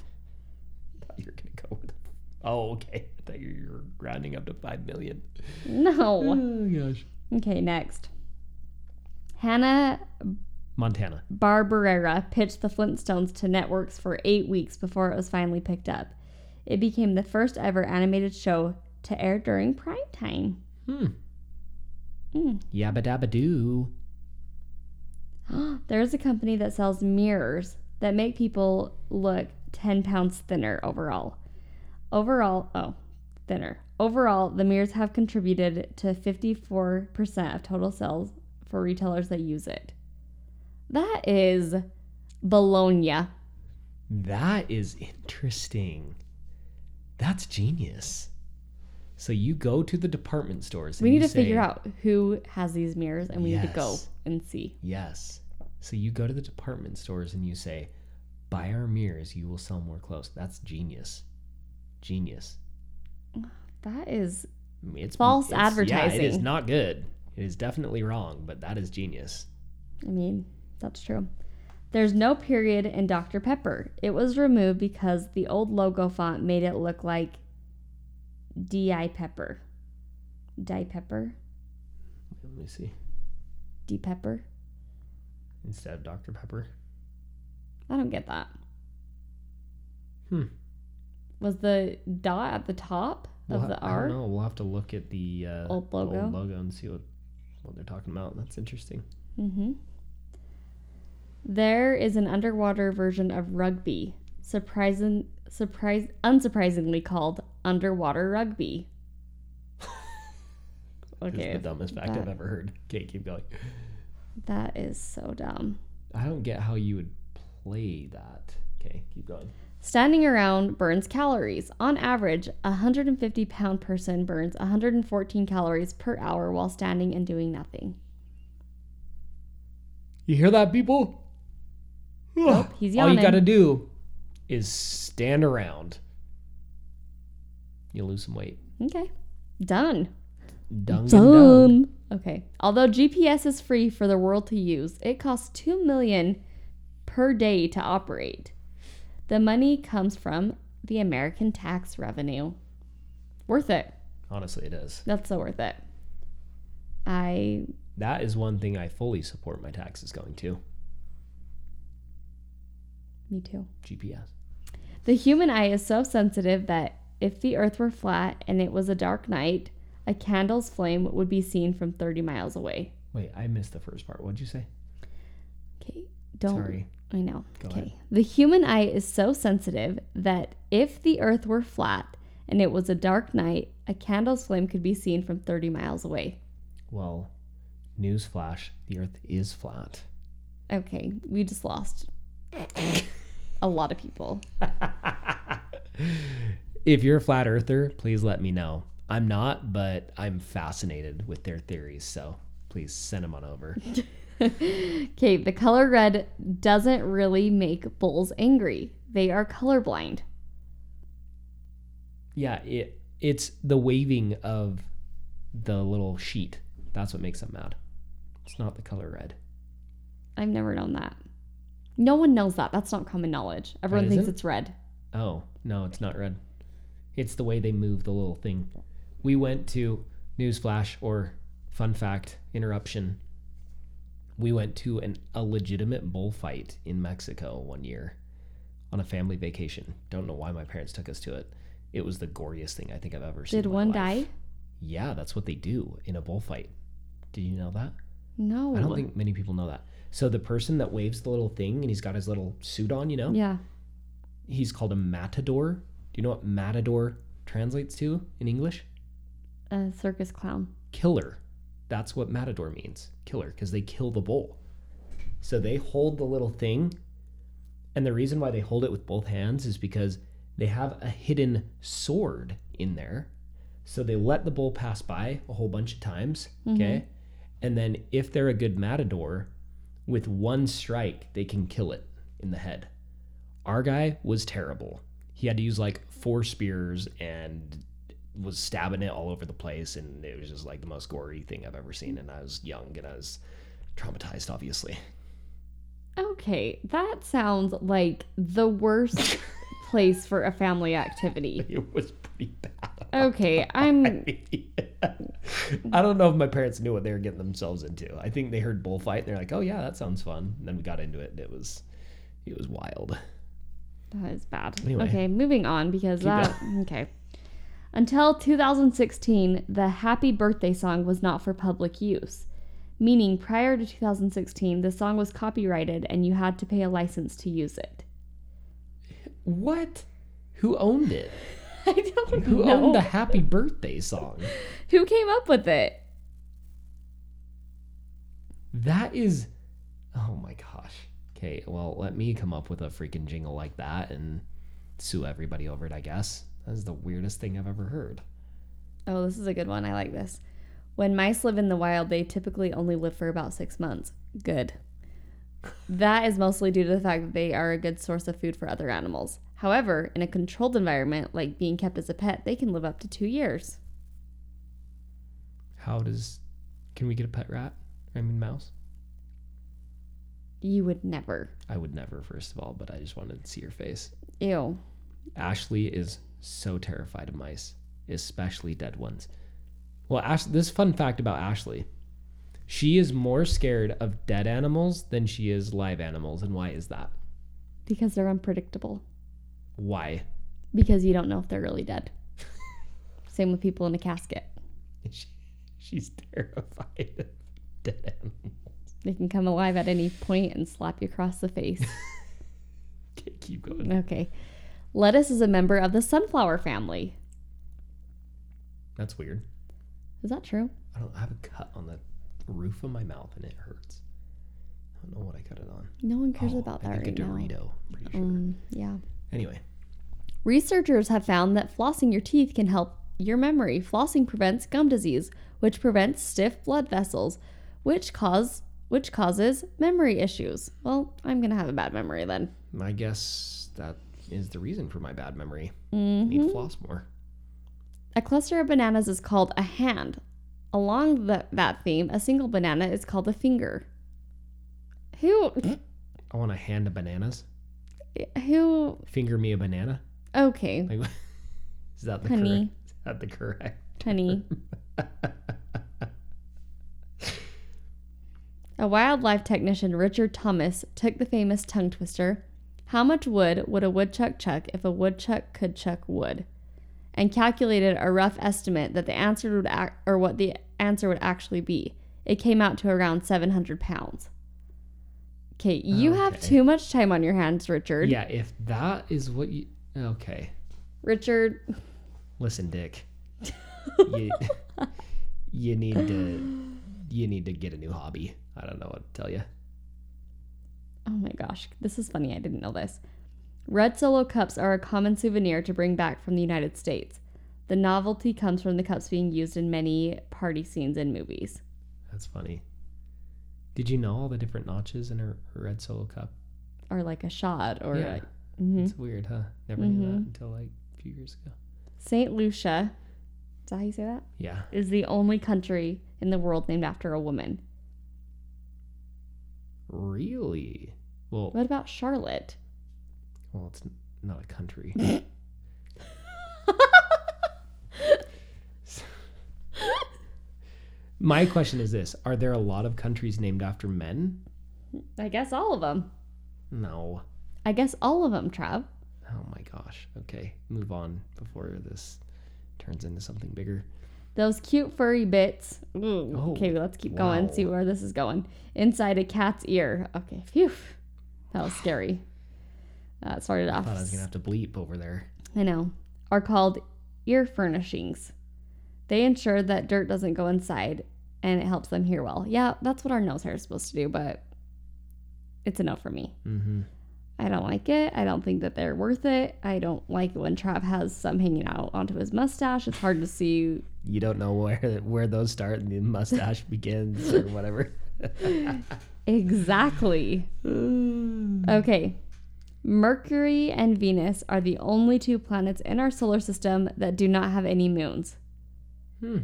You're going to go with Oh, okay. I thought you you were rounding up to 5 million.
no.
Oh gosh.
Okay, next. Hannah
Montana.
Barbarera pitched the Flintstones to networks for eight weeks before it was finally picked up. It became the first ever animated show to air during prime time.
Hmm.
Mm.
Yabba dabba doo.
there is a company that sells mirrors that make people look 10 pounds thinner overall. Overall, oh, thinner. Overall, the mirrors have contributed to 54% of total sales for retailers that use it. That is Bologna.
That is interesting. That's genius. So you go to the department stores.
We
and
need
you
to figure
say,
out who has these mirrors and we need to go
Yes.
and see.
Yes. So you go to the department stores and you say, "Buy our mirrors. You will sell more clothes." That's genius. Genius.
That is,
I mean, It's
False
it's- Yeah, it is
advertising.
not good. It is definitely wrong, but that is genius.
I mean, that's true. There's no period in Dr. Pepper. It was removed because the old logo font made it look like DI Pepper. Di Pepper?
Let me see.
D Pepper?
Instead of Dr Pepper.
I don't get that.
Hmm.
Was the dot at the top
We'll
of
ha-
the
I don't
R?
know. We'll have to look at the uh,
Old logo?
old logo and see what what they're talking about. That's interesting.
Mm-hmm. There is an underwater version of rugby, surprising, surprise, unsurprisingly called underwater rugby.
This is
okay,
the dumbest fact I've
that-
ever heard. Okay, keep going.
that is so dumb.
I don't get how you would play that. Okay, keep going.
Standing around burns calories. On average, a 150 pound person burns 114 calories per hour while standing and doing nothing.
You hear that, people?
Nope, he's
All
yawning.
Oh, you gotta do is stand around. You lose some weight.
Okay, done.
Dung and dung.
Dumb. Okay. Although GPS is free for the world to use, it costs two million per day to operate. The money comes from the American tax revenue. Worth it.
Honestly, it is.
That's so worth it. I
That is one thing I fully support my taxes going to
me too.
GPS.
The human eye is so sensitive that if the earth were flat and it was a dark night, a candle's flame would be seen from 30 miles away.
Wait, I missed the first part. What'd you say?
Okay, don't
Sorry.
I know.
Go
okay.
ahead.
The human eye is so sensitive that if the earth were flat and it was a dark night, a candle's flame could be seen from 30 miles away.
Well, newsflash: the Earth is flat.
Okay, we just lost a lot of people.
if you're a flat earther, please let me know. I'm not, but I'm fascinated with their theories, so please send them on over.
Okay, the color red doesn't really make bulls angry. They are colorblind.
yeah, it it's the waving of the little sheet. That's what makes them mad. It's not the color red.
I've never known that. No one knows that. That's not common knowledge. Everyone thinks
isn't?
it's red.
Oh, no, it's not red. It's the way they move the little thing. We went to newsflash or fun fact interruption. We went to an a legitimate bullfight in Mexico one year on a family vacation. Don't know why my parents took us to it. It was the goriest thing I think I've ever seen.
Did
in my
one
life.
die?
Yeah, that's what they do in a bullfight. Did you know that?
No.
I don't think many people know that. So the person that waves the little thing and he's got his little suit on, you know,
Yeah.
he's called a matador. Do you know what matador translates to in English?
A circus clown.
Killer. That's what matador means. Killer, because they kill the bull. So they hold the little thing, and the reason why they hold it with both hands is because they have a hidden sword in there. So they let the bull pass by a whole bunch of times, okay? And then if they're a good matador, with one strike, they can kill it in the head. Our guy was terrible. He had to use like four spears and was stabbing it all over the place. And it was just like the most gory thing I've ever seen. And I was young and I was traumatized, obviously.
Okay, that sounds like the worst place for a family activity.
It was pretty bad.
Okay, I'm
I don't know if my parents knew what they were getting themselves into. I think they heard bullfight and they're like, oh, yeah, that sounds fun. And then we got into it and it was. It was wild.
that is bad.
Anyway.
Okay, moving on because that okay. Until 2016, the happy birthday song was not for public use. Meaning prior to 2016, the song was copyrighted and you had to pay a license to use it.
What? Who owned it?
I don't
Who
know.
owned the happy birthday song?
Who came up with it?
That is Oh my gosh. Okay, well, let me come up with a freaking jingle like that and sue everybody over it, I guess. That is the weirdest thing I've ever heard.
Oh, this is a good one. I like this. When mice live in the wild, they typically only live for about six months. Good. That is mostly due to the fact that they are a good source of food for other animals. However, in a controlled environment, like being kept as a pet, they can live up to two years.
How does can we get a pet rat? I mean mouse?
You would never.
I would never, first of all, but I just wanted to see your face.
Ew.
Ashley is so terrified of mice, especially dead ones. Well, Ash, this fun fact about Ashley. She is more scared of dead animals than she is live animals. And why is that?
Because they're unpredictable.
Why?
Because you don't know if they're really dead. Same with people in a casket.
She, she's terrified of dead animals.
They can come alive at any point and slap you across the face.
Okay, keep going.
Okay. Lettuce is a member of the sunflower family.
That's weird.
Is that true?
I don't I have a cut on the roof of my mouth and it hurts. I don't know what I cut it on.
No one cares
Oh,
about
I
that right
think a Dorito.
now.
I'm pretty sure.
Mm, yeah.
Anyway,
Researchers have found that flossing your teeth can help your memory. Flossing prevents gum disease, which prevents stiff blood vessels, which cause which causes memory issues. Well, I'm gonna have a bad memory then.
I guess that is the reason for my bad memory.
Mhm.
Need floss more.
A cluster of bananas is called a hand. Along the, that theme, a single banana is called a finger. Who,
I want a hand of bananas.
who?
Finger me a banana.
Okay,
Hmm? Like, is that the
honey,
correct? Is that the correct?
honey. A wildlife technician, Richard Thomas, took the famous tongue twister. How much wood would a woodchuck chuck if a woodchuck could chuck wood? And calculated a rough estimate that the answer would ac- or what the answer would actually be. It came out to around 700 pounds. Okay, you have
Okay.
too much time on your hands, Richard.
Yeah, if that is what you. Okay,
Richard,
listen, Dick. You, you need to you need to get a new hobby. I don't know what to tell you.
Oh my gosh, this is funny. I didn't know this. Red solo cups are a common souvenir to bring back from the United States. The novelty comes from the cups being used in many party scenes and movies.
That's funny. Did you know all the different notches in a red solo cup?
Or like a shot or
Yeah.
a. Mhm.
It's weird, huh? Never knew that
Mhm.
until like a few years ago.
St. Lucia, is that how you say that?
Yeah.
Is the only country in the world named after a woman.
Really? Well,
What about Charlotte?
well, it's n- not a country. My question is this: Are there a lot of countries named after men?
I guess all of them.
No.
I guess all of them, Trav.
Oh my gosh. Okay, move on before this turns into something bigger.
Those cute furry bits.
Oh,
okay, let's keep going.
wow.
See where this is going. Inside a cat's ear. Okay, phew. That was scary. That started
I
off.
thought I was gonna have to bleep over there.
I know. Are called ear furnishings. They ensure that dirt doesn't go inside and it helps them hear well. Yeah, that's what our nose hair is supposed to do, but it's enough for me.
Mm-hmm.
I don't like it. I don't think that they're worth it. I don't like it when Trav has some hanging out onto his mustache. It's hard to see
You don't know where where those start and the mustache begins or whatever.
exactly.
Hmm.
Okay. Mercury and Venus are the only two planets in our solar system that do not have any moons.
Hmm.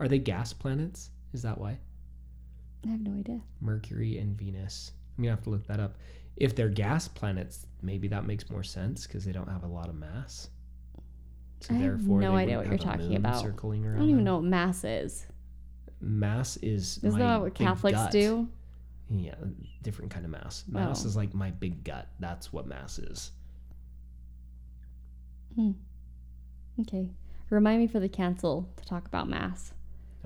Are they gas planets? Is that why?
I have no idea.
Mercury and Venus. I'm gonna have to look that up. If they're gas planets, maybe that makes more sense because they don't have a lot of mass. So
I have
therefore,
no
they
idea
wouldn't
what you're
have a
talking
moon
about.
Circling around
I don't even
them.
know what mass is.
Mass is.
Isn't
my
that what
big
Catholics
gut.
do?
Yeah, different kind of mass. Mass
Oh.
is like my big gut. That's what mass is.
Okay. Remind me for the cancel to talk about mass.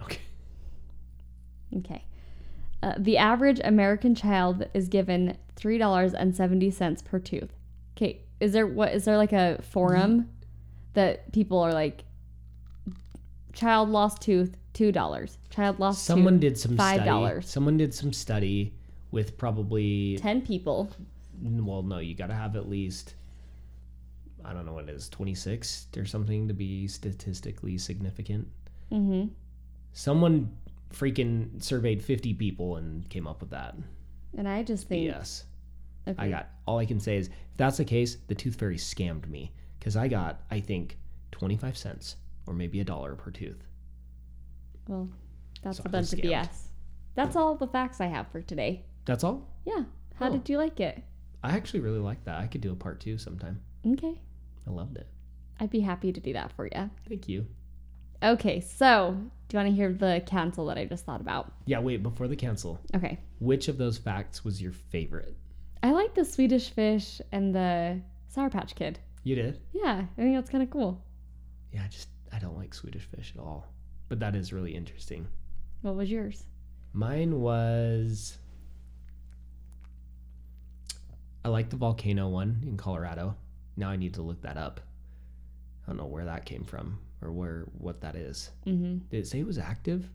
Okay.
Okay. Uh, the average American child is given three dollars and seventy cents per tooth. Okay, is there what is there like a
Mm-hmm.
forum that people are like, child lost tooth two dollars, child lost
Someone
tooth,
did some
five
study.
dollars.
Someone did some study with probably
ten people.
well no you got to have at least i don't know what it is 26 or something to be statistically significant
Mm-hmm.
someone freaking surveyed 50 people and came up with that
And I just think,
yes
okay,
i got all i can say is if that's the case the tooth fairy scammed me because i got i think 25 cents or maybe a dollar per tooth
well, that's
So
a
I
bunch
was
of
scammed.
BS. That's all the facts I have for today.
that's all
Yeah. How
Oh.
did you like it?
i actually really like that i could do a part two sometime
Okay,
i loved it
I'd be happy to do that for you.
thank you
Okay, so do you want to hear the cancel that I just thought about?
yeah wait before the cancel
Okay.
which of those facts was your favorite
I like the Swedish fish and the Sour Patch Kid.
you did
Yeah, I think that's kind of cool.
Yeah, I just I don't like Swedish fish at all. But that is really interesting.
What was yours?
Mine was I like the volcano one in Colorado. Now I need to look that up. I don't know where that came from or where what that is.
Mm-hmm.
Did it say it was active?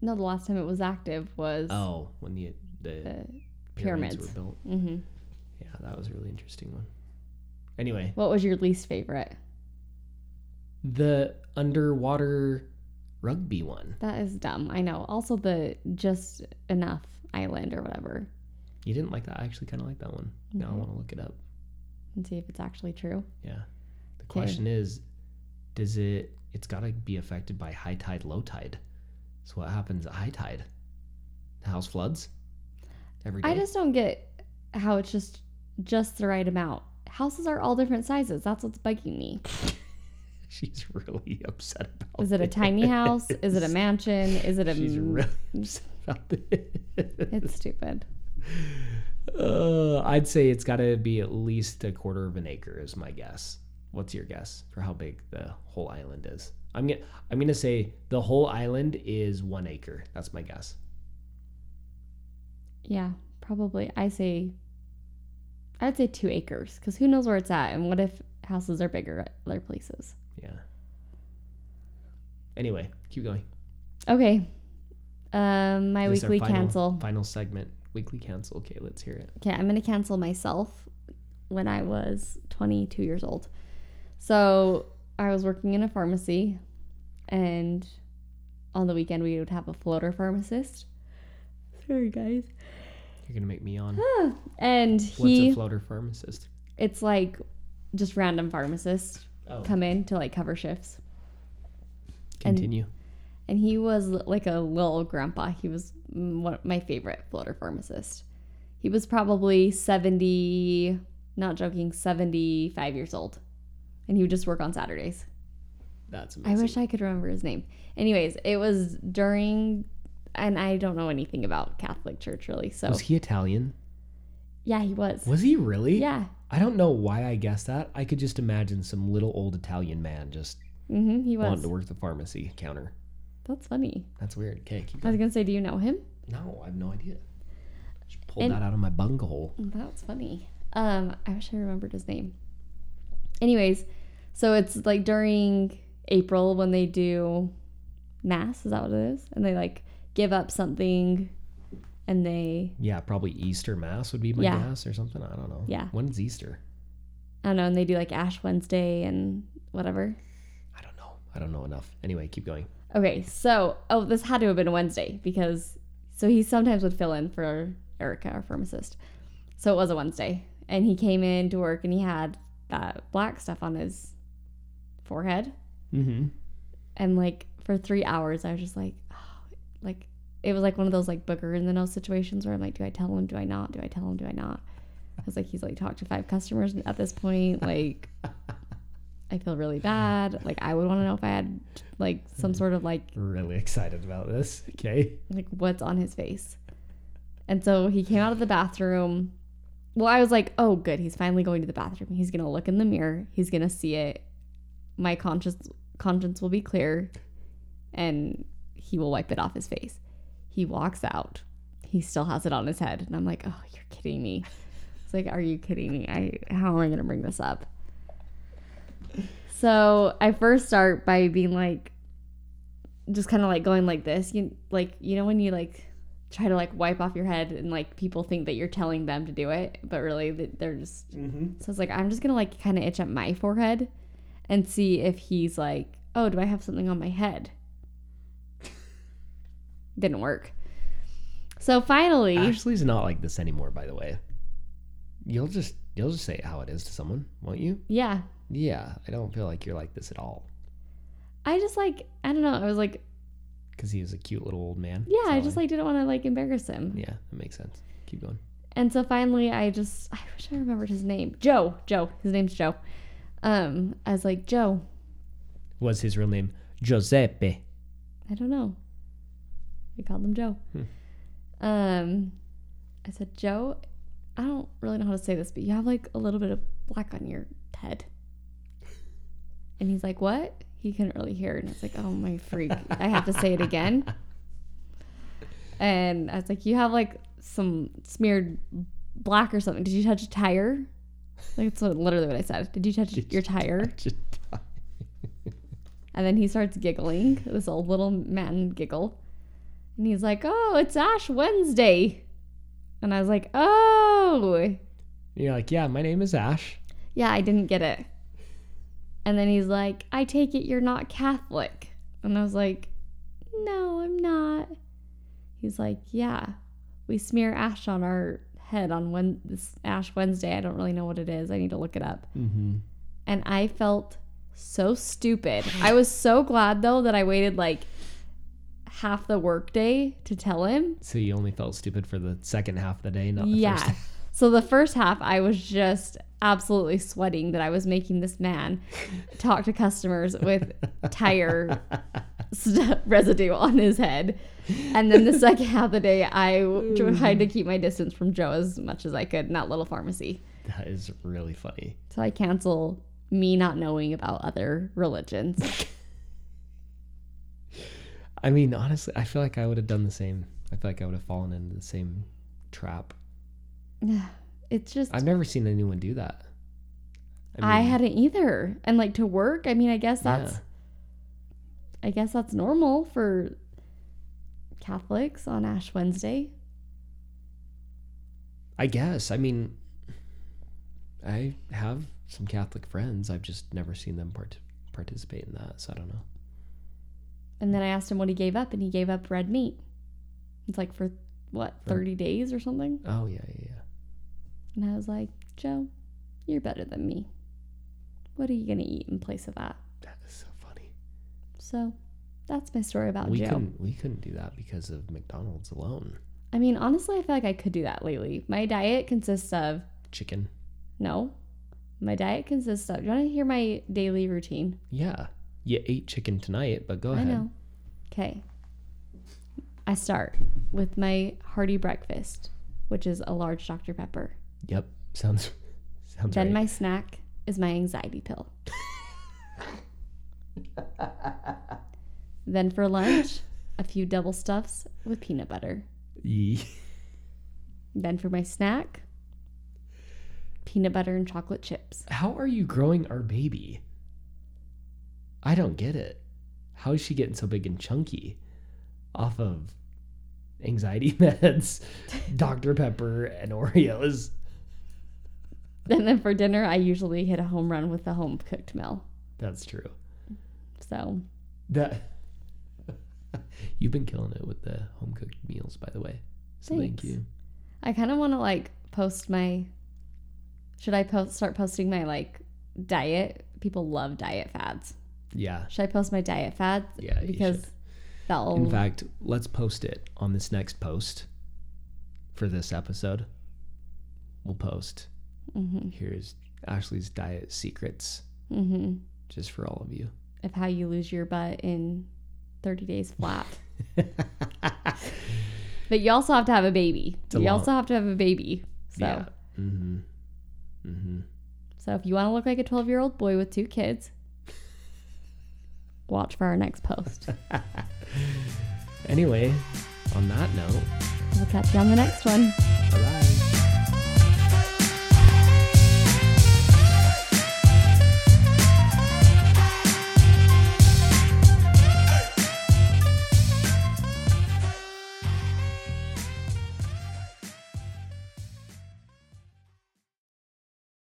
No, the last time it was active was.
Oh, when the the
The,
pyramids,
Uh, pyramids.
were built.
hmm
Yeah, that was a really interesting one. Anyway,
What was your least favorite?
the underwater rugby one.
That is dumb. I know. Also, the Just Enough Island or whatever.
You didn't like that? I actually kind of like that one. Now I
Mhm.
want to look it up.
And see if it's actually true.
Yeah. The question is, does it? It's got to be affected by high tide, low tide. So what happens at high tide? The house floods. Every day.
I just don't get how it's just just the right amount. Houses are all different sizes. That's what's bugging me.
She's really upset about
Is it a tiny house? Is it a mansion? Is it a?
She's
m-
really upset about this.
It's stupid.
Uh, I'd say it's got to be at least a quarter of an acre is my guess. What's your guess for how big the whole island is? I'm gonna I'm gonna say the whole island is one acre. That's my guess.
Yeah, probably. I say, I'd say two acres because who knows where it's at and what if houses are bigger at other places.
Yeah. Anyway, keep going.
Okay. Um, my
This is our
weekly
final-
cancel.
Final segment. Weekly cancel. Okay, let's hear it.
Okay, I'm gonna cancel myself when I was 22 years old. So I was working in a pharmacy, and on the weekend we would have a floater pharmacist. Sorry, guys.
You're gonna make me on.
And
What's a
he,
floater pharmacist?
it's like just random pharmacists
Oh,
come in to like cover shifts.
continue.
and he was like a little grandpa. He was m- one my favorite floater pharmacist. He was probably 70, not joking, 75 years old. And he would just work on Saturdays.
That's
I
amazing.
wish I could remember his name. Anyways, it was during, and I don't know anything about Catholic Church really. So,
Was he Italian?
yeah, he was.
Was he really?
Yeah.
I don't know why I guessed that. I could just imagine some little old Italian man just
Mm-hmm, he
wanting
was.
to work the pharmacy counter.
That's funny.
That's weird. Okay, keep
I was
going.
going to say, do you know him?
No, I have no idea. Just pulled
And-
that out of my bunghole.
That's funny. Um, I wish I remembered his name. Anyways, so it's like during April when they do mass, is that what it is? And they like give up something and they
Yeah, probably Easter Mass would be my
Yeah.
guess or something. I don't know.
Yeah.
When's Easter?
I don't know, and they do like Ash Wednesday and whatever.
I don't know. I don't know enough. Anyway, keep going.
Okay, so oh this had to have been Wednesday because so he sometimes would fill in for Erica, our pharmacist. So it was a Wednesday. And he came in to work and he had that black stuff on his forehead.
Mm-hmm.
and like for three hours i was just like oh, like it was like one of those like booger in the nose situations where i'm like do i tell him do i not do i tell him do i not i was like he's like talked to five customers at this point like i feel really bad like i would want to know if i had like some sort of like
Really excited about this. Okay.
like what's on his face and so he came out of the bathroom well i was like oh good he's finally going to the bathroom he's gonna look in the mirror he's gonna see it my conscience conscience will be clear and he will wipe it off his face he walks out he still has it on his head and i'm like oh you're kidding me it's like are you kidding me i how am i gonna bring this up so i first start by being like just kind of like going like this you like you know when you like try to like wipe off your head and like people think that you're telling them to do it but really that they're just
Mm-hmm.
so it's like i'm just gonna like kind of itch up my forehead and see if he's like oh do i have something on my head didn't work so finally
Ashley's not like this anymore, by the way. You'll just you'll just say it how it is to someone, won't you?
yeah
Yeah. I don't feel like you're like this at all.
i just like i don't know i was like
Because he was a cute little old man.
yeah i
So,
just like didn't want to like embarrass him
Yeah, that makes sense. Keep going.
And so finally, I just I wish I remembered his name. Joe. Joe. His name's Joe. Um, I was like Joe.
Was his real name Giuseppe?
I don't know. We called him Joe. Um, I said Joe. I don't really know how to say this, but you have like a little bit of black on your head. And he's like, "What?" He couldn't really hear, and it's like, "Oh my freak! I have to say it again." And I was like, "You have like some smeared black or something? Did you touch a tire?" Like it's literally what I said. Did you touch
Did
your
you
tire? And then he starts giggling, this old little man giggle. And he's like, Oh, it's Ash Wednesday. And I was like, Oh,
You're like, yeah, my name is Ash.
yeah, I didn't get it. And then he's like, I take it you're not Catholic. And I was like, No, I'm not. He's like, Yeah, we smear ash on our head on when this Ash Wednesday. I don't really know what it is. I need to look it up.
Mm-hmm.
and I felt so stupid. I was so glad though that I waited like half the workday to tell him.
So you only felt stupid for the second half of the day, not the
yeah.
first.
So the first half, I was just absolutely sweating that I was making this man talk to customers with tire st- residue on his head. And then the second half of the day, I w- tried to keep my distance from Joe as much as I could in that little pharmacy.
That is really funny.
So I cancel me not knowing about other religions.
I mean, honestly, I feel like I would have done the same. I feel like I would have fallen into the same trap.
it's just
I've never seen anyone do that.
I,
mean,
hadn't either. And like to work, I mean, I guess that's
Yeah.
I guess that's normal for Catholics on Ash Wednesday.
I guess. I mean, I have some Catholic friends. I've just never seen them part- participate in that. So I don't know.
And then I asked him what he gave up, and he gave up red meat. It's like for what, 30 days or something?
Oh yeah, yeah, yeah.
And I was like, Joe, you're better than me. What are you going to eat in place of that?
That is so funny.
So that's my story about
we
Joe.
couldn't we couldn't do that because of McDonald's alone.
I mean, honestly, I feel like I could do that lately. My diet consists of
Chicken.
no. My diet consists of. Do you want to hear my daily routine?
Yeah. You ate chicken tonight, but go
I
ahead.
know. Okay. I start with my hearty breakfast, which is a large Dr. Pepper.
Yep. Sounds sounds
Then
right.
my snack is my anxiety pill. then for lunch, a few double stuffs with peanut butter.
Yee.
Then for my snack, peanut butter and chocolate chips.
How are you growing our baby? I don't get it. How is she getting so big and chunky off of anxiety meds, Dr. Pepper, and Oreos?
And then for dinner, I usually hit a home run with a home cooked meal.
That's true.
So
That You've been killing it with the home cooked meals, by the way. So
Thanks.
thank you.
I kind of want to like post my. Should I post start posting my like diet? People love diet fads.
Yeah.
Should I post my diet fads?
Yeah, you
because oh.
should.
that'll.
In fact, let's post it on this next post for this episode. We'll post.
Mhm.
Here's Ashley's diet secrets
Mhm.
just for all of you.
of how you lose your butt in thirty days flat. but you also have to have a baby.
a
you
long-
also have to have a baby. So
Mm-hmm. Mm-hmm.
so if you want to look like a twelve year old boy with two kids, watch for our next post.
Anyway, on that note,
we'll catch you on the next one.
bye bye.